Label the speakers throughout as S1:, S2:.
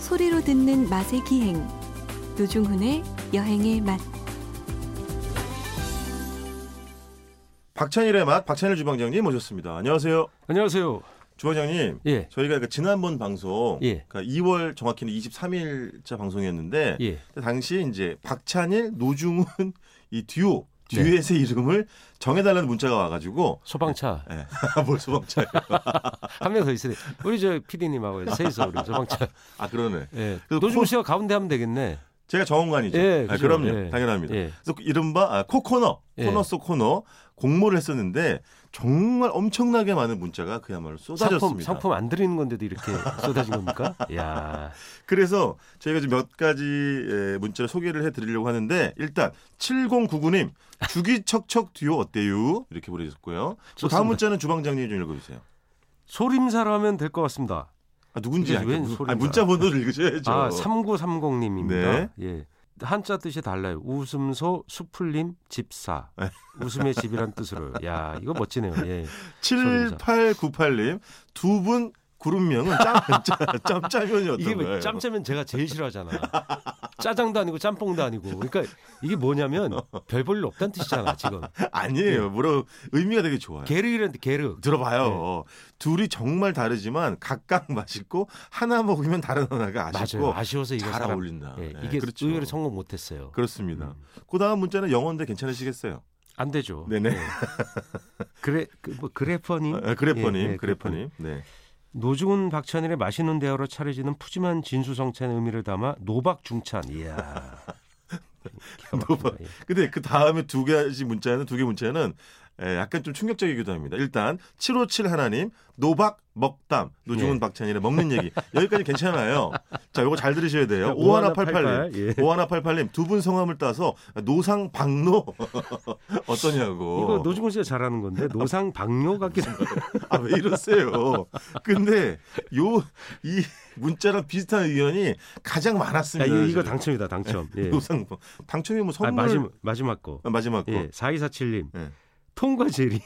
S1: 소리로 듣는 맛의 기행 노중훈의 여행의 맛
S2: 박찬일의 맛 박찬일 주방장님 모셨습니다. 안녕하세요.
S3: 안녕하세요.
S2: 주방장님.
S3: 예,
S2: 저희가 그 지난번 방송
S3: 예.
S2: 그러니까 2월 정확히는 23일자 방송이었는데
S3: 예.
S2: 그때 당시 이제 박찬일 노중훈 이 듀오
S3: 네.
S2: 듀엣의 이름을 정해달라는 문자가 와가지고
S3: 소방차
S2: 예. 뭘 소방차
S3: 한 명 더 있어요. 우리 저 PD님하고 세이서 우리 소방차.
S2: 아 그러네
S3: 예.
S2: 그
S3: 노중
S2: 코-
S3: 씨가 가운데 하면 되겠네.
S2: 제가 정원관이죠
S3: 예,
S2: 아,
S3: 그죠.
S2: 그럼요
S3: 예.
S2: 당연합니다
S3: 예.
S2: 그래서 그 이른바 아, 코코너
S3: 예.
S2: 코너 속 코너 공모를 했었는데 정말 엄청나게 많은 문자가 그야말로
S3: 상품
S2: 쏟아졌습니다
S3: 상품 안 드리는 건데도 이렇게 쏟아진 겁니까? 야.
S2: 그래서 저희가 지금 몇 가지 에, 문자를 소개를 해드리려고 하는데 일단 7099님 주기척척 듀오 어때요? 이렇게 보내주셨고요. 또
S3: 좋습니다.
S2: 다음 문자는 주방장님이 좀 읽어주세요.
S3: 소림사로 하면 될 것 같습니다.
S2: 아, 누군지
S3: 이게
S2: 알겠
S3: 웬
S2: 아,
S3: 소리인가?
S2: 문자 번호를 읽으셔야죠. 네.
S3: 아, 3930님입니다. 예. 한자 뜻이 달라요. 웃음소 수풀림 집사.
S2: 네.
S3: 웃음의 집이란 뜻으로. 야, 이거 멋지네요. 예.
S2: 7898님 두 분 그룹명은 짬짬짬이었던
S3: 이게
S2: 거예요.
S3: 왜 짬짜면 제가 제일 싫어하잖아. 짜장도 아니고 짬뽕도 아니고. 그러니까 이게 뭐냐면 별 볼일 없다는 뜻이잖아, 지금. 네.
S2: 아니에요. 뭐라 의미가 되게 좋아요.
S3: 게르이란데 게르. 네.
S2: 들어봐요. 둘이 정말 다르지만 각각 맛있고 하나 먹으면 다른 하나가 아쉽고
S3: 맞아요. 아쉬워서 이거
S2: 잘
S3: 사람-
S2: 어울린다.
S3: 예,
S2: 네,
S3: 이게
S2: 그렇죠.
S3: 의외로 성공 못 했어요.
S2: 그렇습니다.
S3: 음.
S2: 그 다음 문자는 영어인데 괜찮으시겠어요?
S3: 안 되죠.
S2: 네네.
S3: 예. 그래 그뭐 그래퍼님
S2: 아, 그래퍼님,
S3: 예, 예,
S2: 그래퍼님. 네.
S3: 노중훈 박찬일의 맛있는 대화로 차려지는 푸짐한 진수성찬의 의미를 담아 노박중찬. 이야. 기가 막힙니다.
S2: 노박.
S3: 예.
S2: 근데 그 다음에 두 가지 문자는 두 개 문자는 에, 약간 좀 충격적이기도 합니다. 일단 757 하나님 노박 먹담 노중훈
S3: 예.
S2: 박찬일의 먹는 얘기 여기까지 괜찮아요. 자, 요거 잘 들으셔야 돼요.
S3: 자,
S2: 5188님,
S3: 뭐 예.
S2: 5188님 두 분 성함을 따서 노상 박노 어떠냐고.
S3: 이거 노중훈 씨가 잘하는 건데 노상 박료 같기도 하고.
S2: 아 왜 이러세요? 근데 요 이 문자랑 비슷한 의견이 가장
S3: 야,
S2: 많았습니다.
S3: 아, 이거, 이거
S2: 사실.
S3: 당첨이다 당첨. 예.
S2: 노상 당첨이 뭐
S3: 아,
S2: 네. 선물
S3: 마지막 마지막 거.
S2: 아, 마지막 거.
S3: 예, 4247님.
S2: 예.
S3: 통과 제리.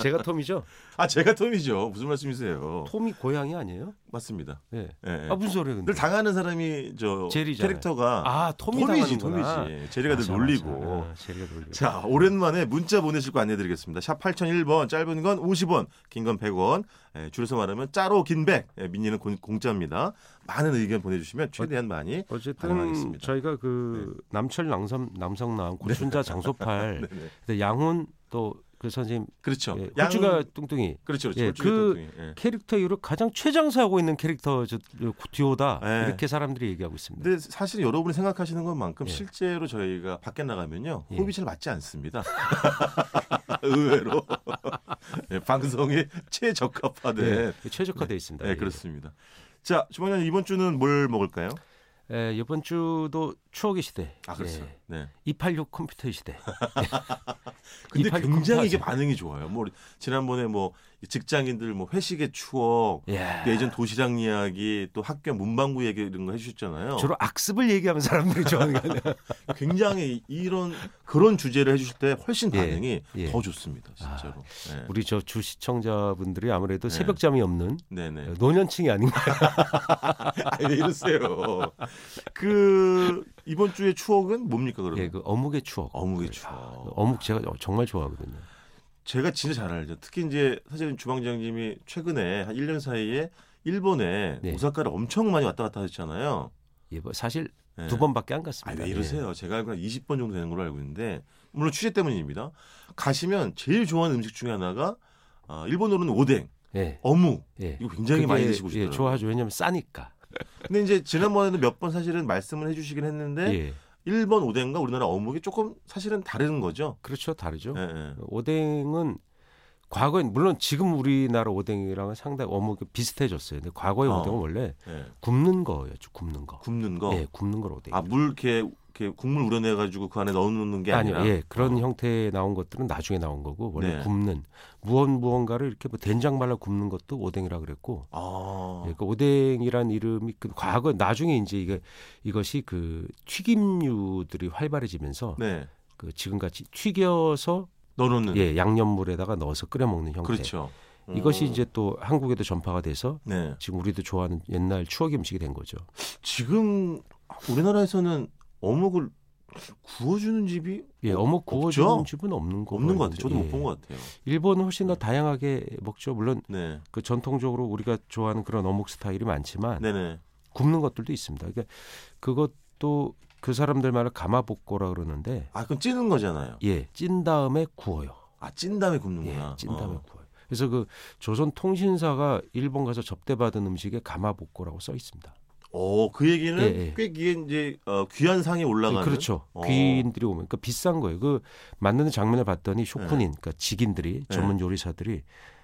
S3: 제가 톰이죠?
S2: 아 제가 톰이죠. 무슨 말씀이세요?
S3: 톰이 고양이 아니에요?
S2: 맞습니다.
S3: 예.
S2: 예, 예.
S3: 아 무슨 소리예요, 근데?
S2: 늘 당하는 사람이 저
S3: 제리잖아요.
S2: 캐릭터가
S3: 아, 톰이
S2: 톰이지
S3: 당하는구나.
S2: 톰이지. 제리가 늘
S3: 맞아,
S2: 놀리고.
S3: 맞아. 아, 제리가 놀리고.
S2: 자 오랜만에 문자 보내실 거 안내드리겠습니다. 샵 8001번 짧은 건 50원 긴 건 100원 예, 줄여서 말하면 짜로 긴백 예, 민니는 공- 공짜입니다. 많은 의견 보내주시면 최대한 많이
S3: 어쨌든
S2: 반응하겠습니다. 네.
S3: 저희가 그 남철 낭성 남성남 고순자 장소팔
S2: 네네.
S3: 근데 양훈 또 그 선생님
S2: 그렇죠.
S3: 예,
S2: 양-
S3: 호주가 뚱뚱이
S2: 그렇죠. 그렇죠.
S3: 예,
S2: 호주의
S3: 그-
S2: 뚱뚱이. 예.
S3: 캐릭터 이후로 가장 최장수하고 있는 캐릭터 저, 저 듀오다
S2: 예.
S3: 이렇게 사람들이 얘기하고 있습니다.
S2: 근데 사실 여러분이 생각하시는 것만큼
S3: 예.
S2: 실제로
S3: 실제로
S2: 저희가 밖에 나가면요
S3: 예.
S2: 호흡이 잘 맞지 않습니다. 의외로 예, 방송에 최적합화된 예,
S3: 예, 최적화돼 있습니다. 예.
S2: 그렇습니다. 자 주방장님 이번 주는 뭘 먹을까요?
S3: 예, 이번 주도 추억의 시대.
S2: 아 그렇죠.
S3: 예,
S2: 네.
S3: 286 컴퓨터의 시대.
S2: 근데
S3: 286
S2: 굉장히 이게
S3: 컴퓨터의
S2: 반응이 좋아요. 뭐 우리 지난번에 뭐 직장인들 뭐 회식의 추억,
S3: 시대. 야,
S2: 예전 도시락 이야기, 또 학교 문방구 얘기 이런 거 어. 해주셨잖아요.
S3: 주로 악습을 얘기하는 사람들이 좋아하는 거 아니야?
S2: 굉장히 이런 그런 주제를 해주실 때 훨씬
S3: 예,
S2: 반응이
S3: 예. 아,
S2: 더 좋습니다, 진짜로. 예.
S3: 우리 저 주 시청자분들이 아무래도
S2: 네.
S3: 새벽잠이 없는
S2: 네네.
S3: 노년층이 아닌가.
S2: 아니, 왜 이러세요? 그 이번 주의 추억은 뭡니까 그러면?
S3: 예, 그 어묵의 추억.
S2: 네. 어묵의
S3: 그
S2: 추억.
S3: 어묵 제가 정말 좋아하거든요.
S2: 제가 진짜 잘 알죠. 특히 이제 사실은 주방장님이 최근에 한 1년 사이에 일본에
S3: 네.
S2: 오사카를 엄청 많이 왔다 갔다 하셨잖아요.
S3: 예, 뭐 사실
S2: 예.
S3: 두 번밖에 안 갔습니다.
S2: 아왜 이러세요? 제가 알고 한 20번 정도 되는 걸로 알고 있는데 물론 취재 때문입니다. 가시면 제일 좋아하는 음식 중에 하나가 아, 일본어로는 오뎅,
S3: 예.
S2: 어묵
S3: 예. 예.
S2: 이거 굉장히 많이
S3: 그게,
S2: 드시고
S3: 예,
S2: 싶더라고요.
S3: 좋아하죠. 왜냐면 싸니까.
S2: 근데 이제 지난번에도 몇 번 사실은 말씀을 해주시긴 했는데
S3: 예.
S2: 일본 오뎅과 우리나라 어묵이 조금 사실은 다른 거죠.
S3: 그렇죠. 다르죠.
S2: 예, 예.
S3: 오뎅은 과거엔 물론 지금 우리나라 오뎅이랑은 상당히 어묵이 비슷해졌어요. 근데 과거의
S2: 어.
S3: 오뎅은 원래
S2: 예.
S3: 굽는 거였죠. 굽는 거.
S2: 굽는 거.
S3: 예, 굽는 걸 오뎅.
S2: 아 물 이렇게, 이렇게 국물 우려내 가지고 그 안에 넣어놓는 게
S3: 아니요,
S2: 아니라.
S3: 예, 그런
S2: 어.
S3: 형태에 나온 것들은 나중에 나온 거고 원래
S2: 네.
S3: 굽는 무언 무언가를 이렇게 뭐 된장 말라 굽는 것도 오뎅이라 그랬고
S2: 아.
S3: 예, 그 오뎅이란 이름이 그 과거 나중에 이제 이게 이것이 그 튀김류들이 활발해지면서
S2: 네.
S3: 그 지금같이 튀겨서
S2: 넣어놓는.
S3: 예 양념물에다가 넣어서 끓여 먹는 형태
S2: 그렇죠.
S3: 이것이
S2: 음.
S3: 이제 또 한국에도 전파가 돼서
S2: 네.
S3: 지금 우리도 좋아하는 옛날 추억의 음식이 된 거죠.
S2: 지금 우리나라에서는 어묵을 구워주는 집이
S3: 예, 어묵 구워주는
S2: 없죠?
S3: 집은 없는 거
S2: 없는 것 같아요. 저도
S3: 예.
S2: 못 본 것 같아요.
S3: 일본은 훨씬 더 다양하게 먹죠. 물론
S2: 네,
S3: 그 전통적으로 우리가 좋아하는 그런 어묵 스타일이 많지만
S2: 네네.
S3: 굽는 것들도 있습니다. 그러니까 그것도 그 사람들만의 가마복고라 그러는데
S2: 아 그럼 찌는 거잖아요.
S3: 예, 찐 다음에 구워요.
S2: 아 찐 다음에
S3: 예,
S2: 굽는구나.
S3: 찐 다음에
S2: 어.
S3: 구워요. 그래서 그 조선 통신사가 일본 가서 접대받은 음식에 가마복고라고 써 있습니다.
S2: 어, 그 얘기는
S3: 예, 예.
S2: 꽤 귀한 이제 어, 귀한 상에 올라가는.
S3: 그렇죠.
S2: 어.
S3: 귀인들이 오면 그러니까 비싼 거예요. 그 만드는 장면을 봤더니
S2: 네.
S3: 쇼쿠닌, 그러니까 직인들이 전문 요리사들이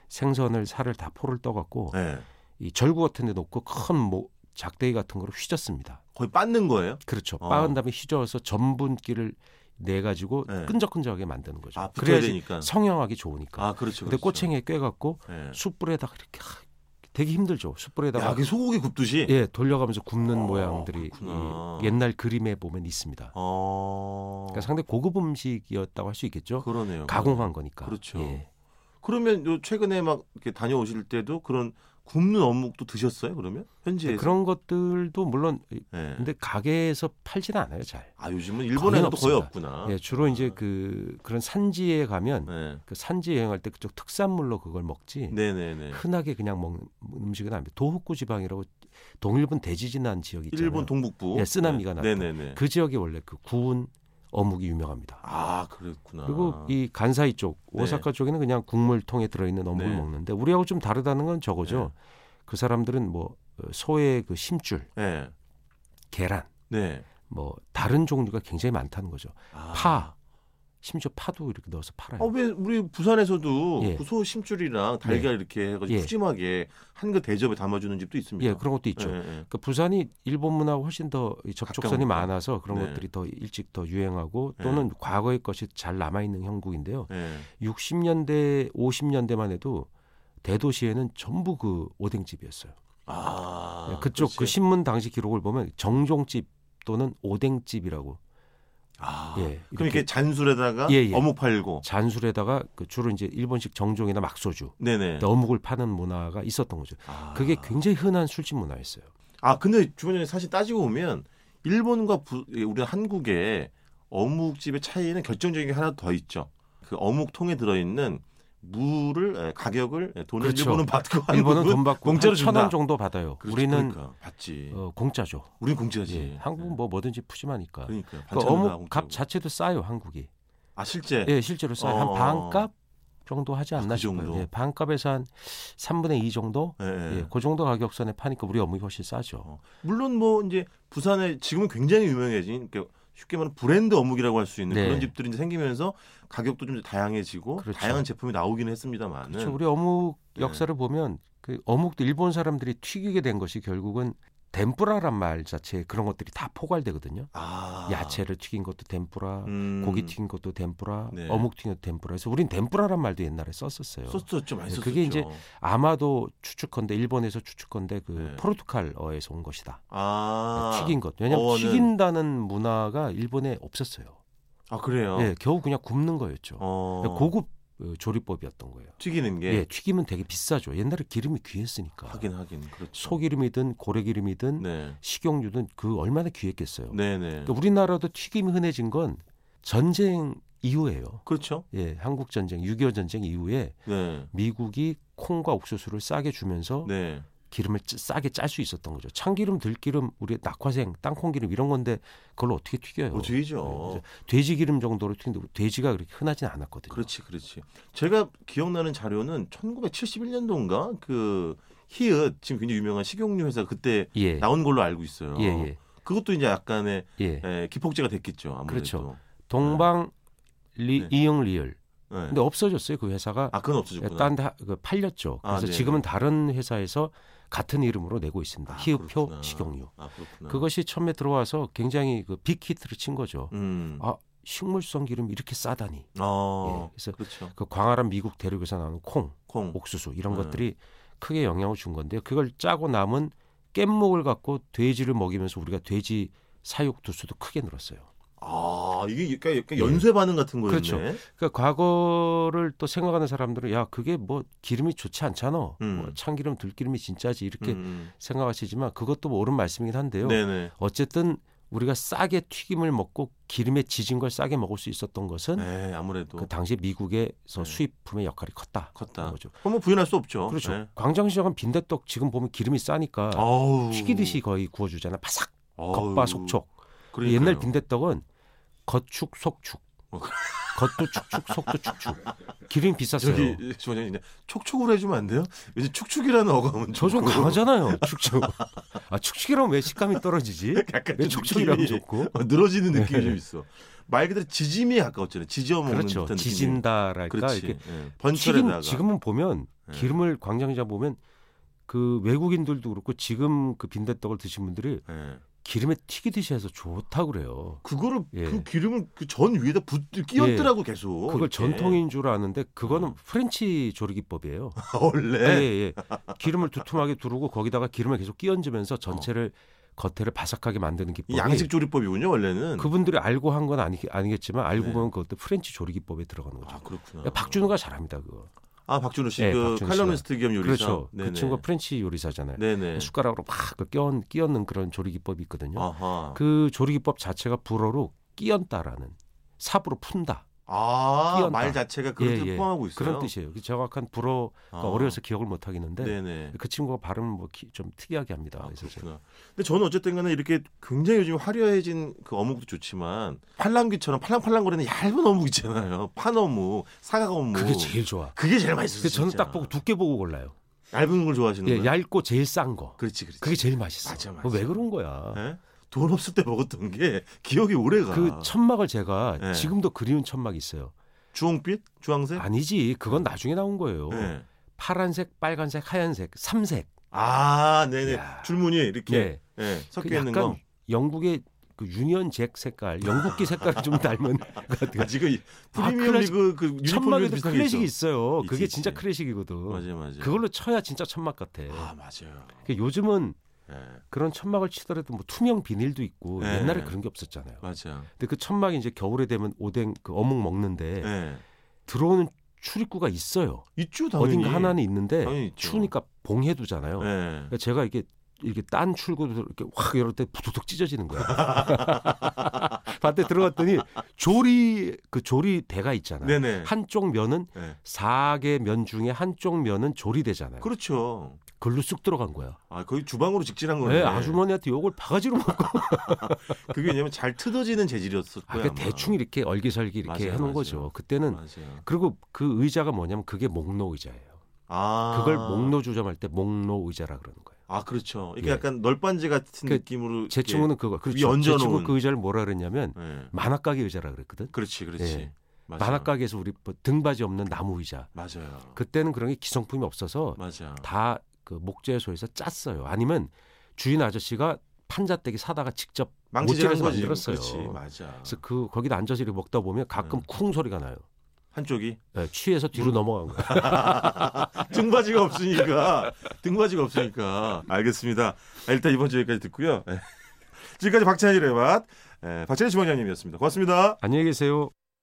S3: 생선을 살을 다 포를 떠갖고
S2: 네.
S3: 이 절구 같은 데 놓고 큰 뭐 작대기 같은 거로 휘졌습니다.
S2: 거의 빻는 거예요.
S3: 그렇죠.
S2: 어.
S3: 빻은 다음에 휘저어서 전분기를 내 가지고
S2: 네.
S3: 끈적끈적하게 만드는 거죠.
S2: 아 붙어야
S3: 그래야지
S2: 되니까.
S3: 성형하기 좋으니까.
S2: 아 그렇죠.
S3: 근데
S2: 그렇죠.
S3: 꼬챙이에 꿰갖고
S2: 예.
S3: 숯불에다가 이렇게 하- 되게 힘들죠.
S2: 야,
S3: 숯불에다가
S2: 그 소고기 굽듯이.
S3: 예 돌려가면서 굽는
S2: 어,
S3: 모양들이
S2: 그렇구나.
S3: 이 옛날 그림에 보면 있습니다.
S2: 어.
S3: 그러니까 상당히 고급 음식이었다고 할 수 있겠죠.
S2: 그러네요.
S3: 가공한 거니까.
S2: 그렇죠.
S3: 예.
S2: 그러면 요 최근에 막 이렇게 다녀오실 때도 그런 굽는 어묵도 드셨어요? 그러면 현지에서.
S3: 네, 그런 것들도 물론
S2: 예.
S3: 근데 가게에서 팔지는 않아요 잘.
S2: 아 요즘은 일본에도
S3: 거의
S2: 거의
S3: 없습니다.
S2: 없구나.
S3: 예, 주로 이제 그 그런 산지에 가면
S2: 아, 네.
S3: 그 산지 여행할 때 그쪽 특산물로 그걸 먹지
S2: 네네네.
S3: 흔하게 그냥 먹는 음식은 아닙니다. 도호쿠 지방이라고 동일본 대지진난 지역 있잖아요.
S2: 일본 동북부.
S3: 예, 쓰나미가 났던.
S2: 네네네.
S3: 그 지역이 원래 그 구운 어묵이 유명합니다.
S2: 아 그랬구나.
S3: 그리고 이 간사이 쪽 오사카 쪽에는 그냥 국물통에 들어있는 어묵을
S2: 네.
S3: 먹는데 우리하고 좀 다르다는 건 저거죠. 그 사람들은 뭐 어, 소의 그 심줄,
S2: 네.
S3: 계란,
S2: 네.
S3: 뭐 다른 종류가 굉장히 많다는 거죠.
S2: 아.
S3: 파, 심지어 파도 이렇게 넣어서 팔아요.
S2: 어, 왜 우리 부산에서도
S3: 네. 예. 네.
S2: 그 소 심줄이랑 달걀 이렇게 해가지고
S3: 예.
S2: 푸짐하게 한 그 대접에 담아주는 집도 있습니다.
S3: 예, 그런 것도 있죠.
S2: 예, 예.
S3: 그러니까 부산이 일본 문화와 훨씬 더이 접촉선이
S2: 가까우니까.
S3: 많아서 그런
S2: 네.
S3: 것들이 더 일찍 더 유행하고
S2: 네.
S3: 또는 과거의 것이 잘 남아 있는 형국인데요.
S2: 예.
S3: 60년대, 50년대만 해도 대도시에는 전부 그 오뎅집이었어요.
S2: 아
S3: 그쪽 그
S2: 그렇지.
S3: 신문 당시 기록을 보면 정종집 또는 오뎅집이라고
S2: 아,
S3: 예,
S2: 그럼
S3: 이렇게
S2: 이렇게 잔술에다가
S3: 예, 예.
S2: 어묵 팔고.
S3: 잔술에다가 그 주로 이제 일본식 정종이나 막소주,
S2: 네네.
S3: 어묵을 파는 문화가 있었던 거죠.
S2: 아.
S3: 그게 굉장히 흔한 술집 문화였어요.
S2: 아 근데 주변에 사실 따지고 보면 일본과 부, 예, 우리 한국의 어묵집의 차이는 결정적인 게 하나 더 있죠. 그 어묵통에 들어있는 무를 예, 가격을 예, 돈을
S3: 그렇죠.
S2: 일본은 받고
S3: 일본은
S2: 한국은
S3: 돈 받고
S2: 공짜로 준다.
S3: 천원 정도 받아요.
S2: 그렇지,
S3: 우리는
S2: 그러니까 받지.
S3: 어, 공짜죠.
S2: 우리는 공짜지.
S3: 예, 한국은 뭐 뭐든지 푸짐하니까.
S2: 그러니까
S3: 그
S2: 반찬
S3: 어묵 값 자체도 싸요 한국이.
S2: 아 실제
S3: 예, 실제로 싸요.
S2: 어.
S3: 한 반값 정도 하지
S2: 아,
S3: 않나
S2: 그
S3: 싶어요.
S2: 정도?
S3: 예, 반값에서 한 3분의 2 정도.
S2: 예, 예.
S3: 예, 그 정도 가격선에 파니까 우리 어묵이 훨씬 싸죠.
S2: 물론 뭐 이제 부산에 지금은 굉장히 유명해진 그 쉽게 말하면 브랜드 어묵이라고 할 수 있는
S3: 네.
S2: 그런 집들이 이제 생기면서 가격도 좀 다양해지고
S3: 그렇죠.
S2: 다양한 제품이 나오기는 했습니다만은
S3: 그렇죠. 우리 어묵
S2: 네.
S3: 역사를 보면 그 어묵도 일본 사람들이 튀기게 된 것이 결국은 덴뿌라란 말 자체에 그런 것들이 다 포괄되거든요.
S2: 아,
S3: 야채를 튀긴 것도 덴뿌라,
S2: 음,
S3: 고기 튀긴 것도 덴뿌라,
S2: 네.
S3: 어묵 튀긴 것도 덴뿌라. 그래서 우린 덴뿌라란 말도 옛날에 썼었어요.
S2: 소스 좀 많이
S3: 네,
S2: 썼었죠.
S3: 그게 이제 아마도 추측컨대 일본에서 추측컨대 그
S2: 네.
S3: 포르투갈어에서 온 것이다.
S2: 아,
S3: 네, 튀긴 것. 왜냐하면
S2: 어는-
S3: 튀긴다는 문화가 일본에 없었어요.
S2: 아 그래요.
S3: 예, 겨우 그냥 굽는 거였죠.
S2: 어,
S3: 그러니까 고급 어, 조리법이었던 거예요.
S2: 튀기는 게
S3: 예, 튀김은 되게 비싸죠. 옛날에 기름이 귀했으니까.
S2: 하긴 하긴 그렇죠.
S3: 소기름이든 고래기름이든
S2: 네,
S3: 식용유든 그 얼마나 귀했겠어요.
S2: 네, 네.
S3: 그러니까 우리나라도 튀김이 흔해진 건 전쟁 이후예요.
S2: 그렇죠.
S3: 예, 한국 전쟁, 6.25 전쟁 이후에
S2: 네,
S3: 미국이 콩과 옥수수를 싸게 주면서
S2: 네.
S3: 기름을 짜- 싸게 짤 수 있었던 거죠. 참기름, 들기름, 우리 낙화생, 땅콩기름 이런 건데 그걸 어떻게 튀겨요?
S2: 어,
S3: 네,
S2: 튀기죠.
S3: 이제 돼지 기름 정도로 튀는데 돼지가 그렇게 흔하진 않았거든요.
S2: 그렇지, 그렇지. 제가 기억나는 자료는 1971년도인가 그 히읗 지금 굉장히 유명한 식용유 회사 그때
S3: 예,
S2: 나온 걸로 알고 있어요. 네.
S3: 예, 예,
S2: 그것도 이제 약간의
S3: 예.
S2: 에, 기폭제가 됐겠죠. 아무래도.
S3: 그렇죠. 동방 리,
S2: 네.
S3: 이응 리얼.
S2: 예.
S3: 근데 없어졌어요 그 회사가.
S2: 아, 그건 없어졌구나.
S3: 딴데 하- 그 팔렸죠.
S2: 아,
S3: 그래서
S2: 네.
S3: 지금은 다른 회사에서 같은 이름으로 내고 있습니다.
S2: 아,
S3: 히읗표
S2: 그렇구나.
S3: 식용유.
S2: 아, 그렇구나.
S3: 그것이 처음에 들어와서 굉장히 그 빅히트를 친 거죠.
S2: 음.
S3: 아, 식물성 기름 이렇게 싸다니.
S2: 어.
S3: 예, 그래서
S2: 그렇죠.
S3: 그 광활한 미국 대륙에서 나오는 콩,
S2: 콩.
S3: 옥수수 이런
S2: 네.
S3: 것들이 크게 영향을 준 건데요. 그걸 짜고 남은 깻목을 갖고 돼지를 먹이면서 우리가 돼지 사육 두수도 크게 늘었어요.
S2: 아 이게 약간, 약간 연쇄 반응 같은 거였네.
S3: 그렇죠. 그러니까 과거를 또 생각하는 사람들은 야 그게 뭐 기름이 좋지 않잖아.
S2: 음.
S3: 뭐 참기름, 들기름이 진짜지 이렇게
S2: 음,
S3: 생각하시지만 그것도 뭐 옳은 말씀이긴 한데요.
S2: 음. 네네.
S3: 어쨌든 우리가 싸게 튀김을 먹고 기름에 지진 걸 싸게 먹을 수 있었던 것은
S2: 네 아무래도
S3: 그 당시 미국에서
S2: 네.
S3: 수입품의 역할이 컸다.
S2: 컸다.
S3: 거죠.
S2: 그건 뭐 부인할 수 없죠.
S3: 그렇죠.
S2: 네.
S3: 광장시장은 빈대떡 지금 보면 기름이 싸니까
S2: 아우.
S3: 튀기듯이 거의 구워주잖아. 바삭
S2: 아우.
S3: 겉바 속촉.
S2: 그러니까요.
S3: 옛날 빈대떡은 겉축 속축.
S2: 어.
S3: 겉도 축축 속도 축축. 기름이 비쌌어요.
S2: 저기 주원장님 그냥 촉촉으로 해주면 안 돼요? 왠지 축축이라는 어감은
S3: 저 좀
S2: 좋고.
S3: 강하잖아요. 축축. 아 축축이라면 왜 식감이 떨어지지?
S2: 약간
S3: 왜
S2: 좀
S3: 축축이라면
S2: 그 느낌이
S3: 좋고.
S2: 어, 늘어지는 느낌이
S3: 네.
S2: 좀 있어. 말 그대로 지짐이 가까웠잖아요. 지져 먹는
S3: 그렇죠.
S2: 듯한 느낌이.
S3: 지진다랄까
S2: 그렇지.
S3: 이렇게
S2: 예.
S3: 튀김
S2: 번철에다가
S3: 지금은 보면
S2: 예.
S3: 기름을 광장시장 보면 그 외국인들도 그렇고 지금 그 빈대떡을 드신 분들이
S2: 예.
S3: 기름에 튀기듯이 해서 좋다고 그래요.
S2: 그거를
S3: 예.
S2: 그 기름을 그 전 위에다 붓 끼얹더라고 계속. 예.
S3: 그걸
S2: 이렇게.
S3: 전통인 줄 아는데 그거는
S2: 음.
S3: 프렌치 조리기법이에요.
S2: 원래
S3: 예, 예. 기름을 두툼하게 두르고 거기다가 기름을 계속 끼얹으면서 전체를 겉에를 바삭하게 만드는
S2: 이
S3: 기법이
S2: 어. 양식 조리법이군요. 원래는.
S3: 그분들이 알고 한 건 아니, 아니겠지만 알고
S2: 네.
S3: 보면 그것도 프렌치 조리 기법에 들어가는 거죠.
S2: 아 그렇구나.
S3: 그러니까 박준우가 잘합니다 그거.
S2: 아 박준호 씨
S3: 네,
S2: 그
S3: 박준호 씨가.
S2: 칼럼니스트 겸 요리사.
S3: 그렇죠.
S2: 네네.
S3: 그 친구가 프렌치 요리사잖아요.
S2: 네네.
S3: 숟가락으로 막그 끼얹, 끼얹는 그런 조리 기법이 있거든요.
S2: 아하.
S3: 그 조리 기법 자체가 불어로 끼얹다라는 삽으로 푼다
S2: 아,
S3: 끼얹다.
S2: 말 자체가 그런
S3: 예,
S2: 뜻을
S3: 예.
S2: 포함하고 있어요.
S3: 그런 뜻이에요. 그 정확한 불어가 그러니까
S2: 아.
S3: 어려서 기억을 못 하겠는데
S2: 네네.
S3: 그 친구가 발음을 뭐좀 특이하게 합니다.
S2: 아,
S3: 그래서 제가
S2: 그렇구나. 근데 저는 어쨌든 간에 이렇게 굉장히 요즘 화려해진 그 어묵도 좋지만 팔랑귀처럼 팔랑팔랑거리는 얇은 어묵 있잖아요. 판어묵, 사각어묵.
S3: 그게 제일 좋아.
S2: 그게 제일 맛있었어요.
S3: 그 저는
S2: 뭐 진짜.
S3: 딱 보고 두께 보고 골라요.
S2: 얇은 걸 좋아하시는
S3: 예,
S2: 거예요?
S3: 얇고 제일 싼 거.
S2: 그렇지, 그렇지.
S3: 그게 제일 맛있어.
S2: 맞아, 맞아.
S3: 그거 왜 그런 거야?
S2: 예? 돈 없을 때 먹었던 게 기억이 오래가.
S3: 그 천막을 제가
S2: 예.
S3: 지금도 그리운 천막이 있어요.
S2: 주홍빛, 주황색.
S3: 아니지, 그건 나중에 나온 거예요.
S2: 예.
S3: 파란색, 빨간색, 하얀색, 삼색.
S2: 아, 네네.
S3: 야.
S2: 줄무늬에 이렇게
S3: 예.
S2: 예, 섞여
S3: 그
S2: 있는
S3: 약간
S2: 거.
S3: 영국의 그 유니언잭 색깔, 영국기 색깔을 좀 닮은 것그 같아요.
S2: 아, 지금 이 프리미엄
S3: 클래식-
S2: 리그 그 유니폼이
S3: 천막에도
S2: 비슷하게 있죠.
S3: 클래식이 있어요. 그게
S2: 있지,
S3: 진짜
S2: 있지.
S3: 클래식이거든.
S2: 맞아요, 맞아요.
S3: 그걸로 쳐야 진짜 천막 같아.
S2: 아, 맞아요.
S3: 그 요즘은
S2: 예,
S3: 그런 천막을 치더라도 뭐 투명 비닐도 있고
S2: 예.
S3: 옛날에 그런 게 없었잖아요.
S2: 맞아요.
S3: 근데 그 천막이 이제 겨울에 되면 오뎅 그 어묵 먹는데
S2: 예.
S3: 들어오는 출입구가 있어요.
S2: 있죠, 당연히.
S3: 어딘가 하나는 있는데
S2: 당연히 있죠.
S3: 추우니까 봉해두잖아요.
S2: 예.
S3: 그러니까 제가 이게 이렇게 딴 출구로 이렇게 확 열을 때 부두둑 찢어지는 거야. 밭에 들어갔더니 조리 그 조리 대가 있잖아요.
S2: 네네.
S3: 한쪽 면은
S2: 예.
S3: 사개 면 중에 한쪽 면은 조리대잖아요. 그
S2: 그렇죠.
S3: 걸로 쑥 들어간 거야.
S2: 아, 거의 주방으로 직진한 어, 거네.
S3: 네, 아주머니한테 욕을 바가지로 먹고
S2: 그게 왜냐면 잘 뜯어지는 재질이었을
S3: 아,
S2: 거야.
S3: 그러니까 대충 이렇게 얼기설기 이렇게
S2: 뭐. 맞아요,
S3: 해놓은
S2: 맞아요.
S3: 거죠. 그때는
S2: 맞아요.
S3: 그리고 그 의자가 뭐냐면 그게 목노 의자예요.
S2: 아.
S3: 그걸 목노 조점할 때 목노 의자라 그러는 거예요.
S2: 아, 그렇죠. 이게
S3: 예.
S2: 약간 널반지 같은
S3: 그
S2: 느낌으로
S3: 제
S2: 이렇게-
S3: 친구는 그거 그렇죠. 제
S2: 얹어놓은.
S3: 친구 그 의자를 뭐라 그랬냐면
S2: 예.
S3: 만화가게 의자라 그랬거든.
S2: 그렇지, 그렇지.
S3: 예.
S2: 맞아요.
S3: 만화가게에서 우리 뭐 등받이 없는 나무 의자.
S2: 맞아요.
S3: 그때는 그런 게 기성품이 없어서
S2: 맞아.
S3: 다 그 목재소에서 짰어요. 아니면 주인 아저씨가 판자떼기 사다가 직접
S2: 망치질한
S3: 못질러서
S2: 거지.
S3: 만들었어요.
S2: 그렇지, 맞아.
S3: 그래서 그 거기다 앉아서 이렇게 먹다 보면 가끔
S2: 음.
S3: 쿵 소리가 나요.
S2: 한쪽이
S3: 예, 취해서 뒤로 넘어간 거야.
S2: 등받이가 없으니까 등받이가 없으니까 알겠습니다. 아, 일단 이번 주 여기까지 예. 듣고요. 지금까지 박찬일의 맛 에, 박찬일 주방장님이었습니다. 고맙습니다.
S3: 안녕히 계세요.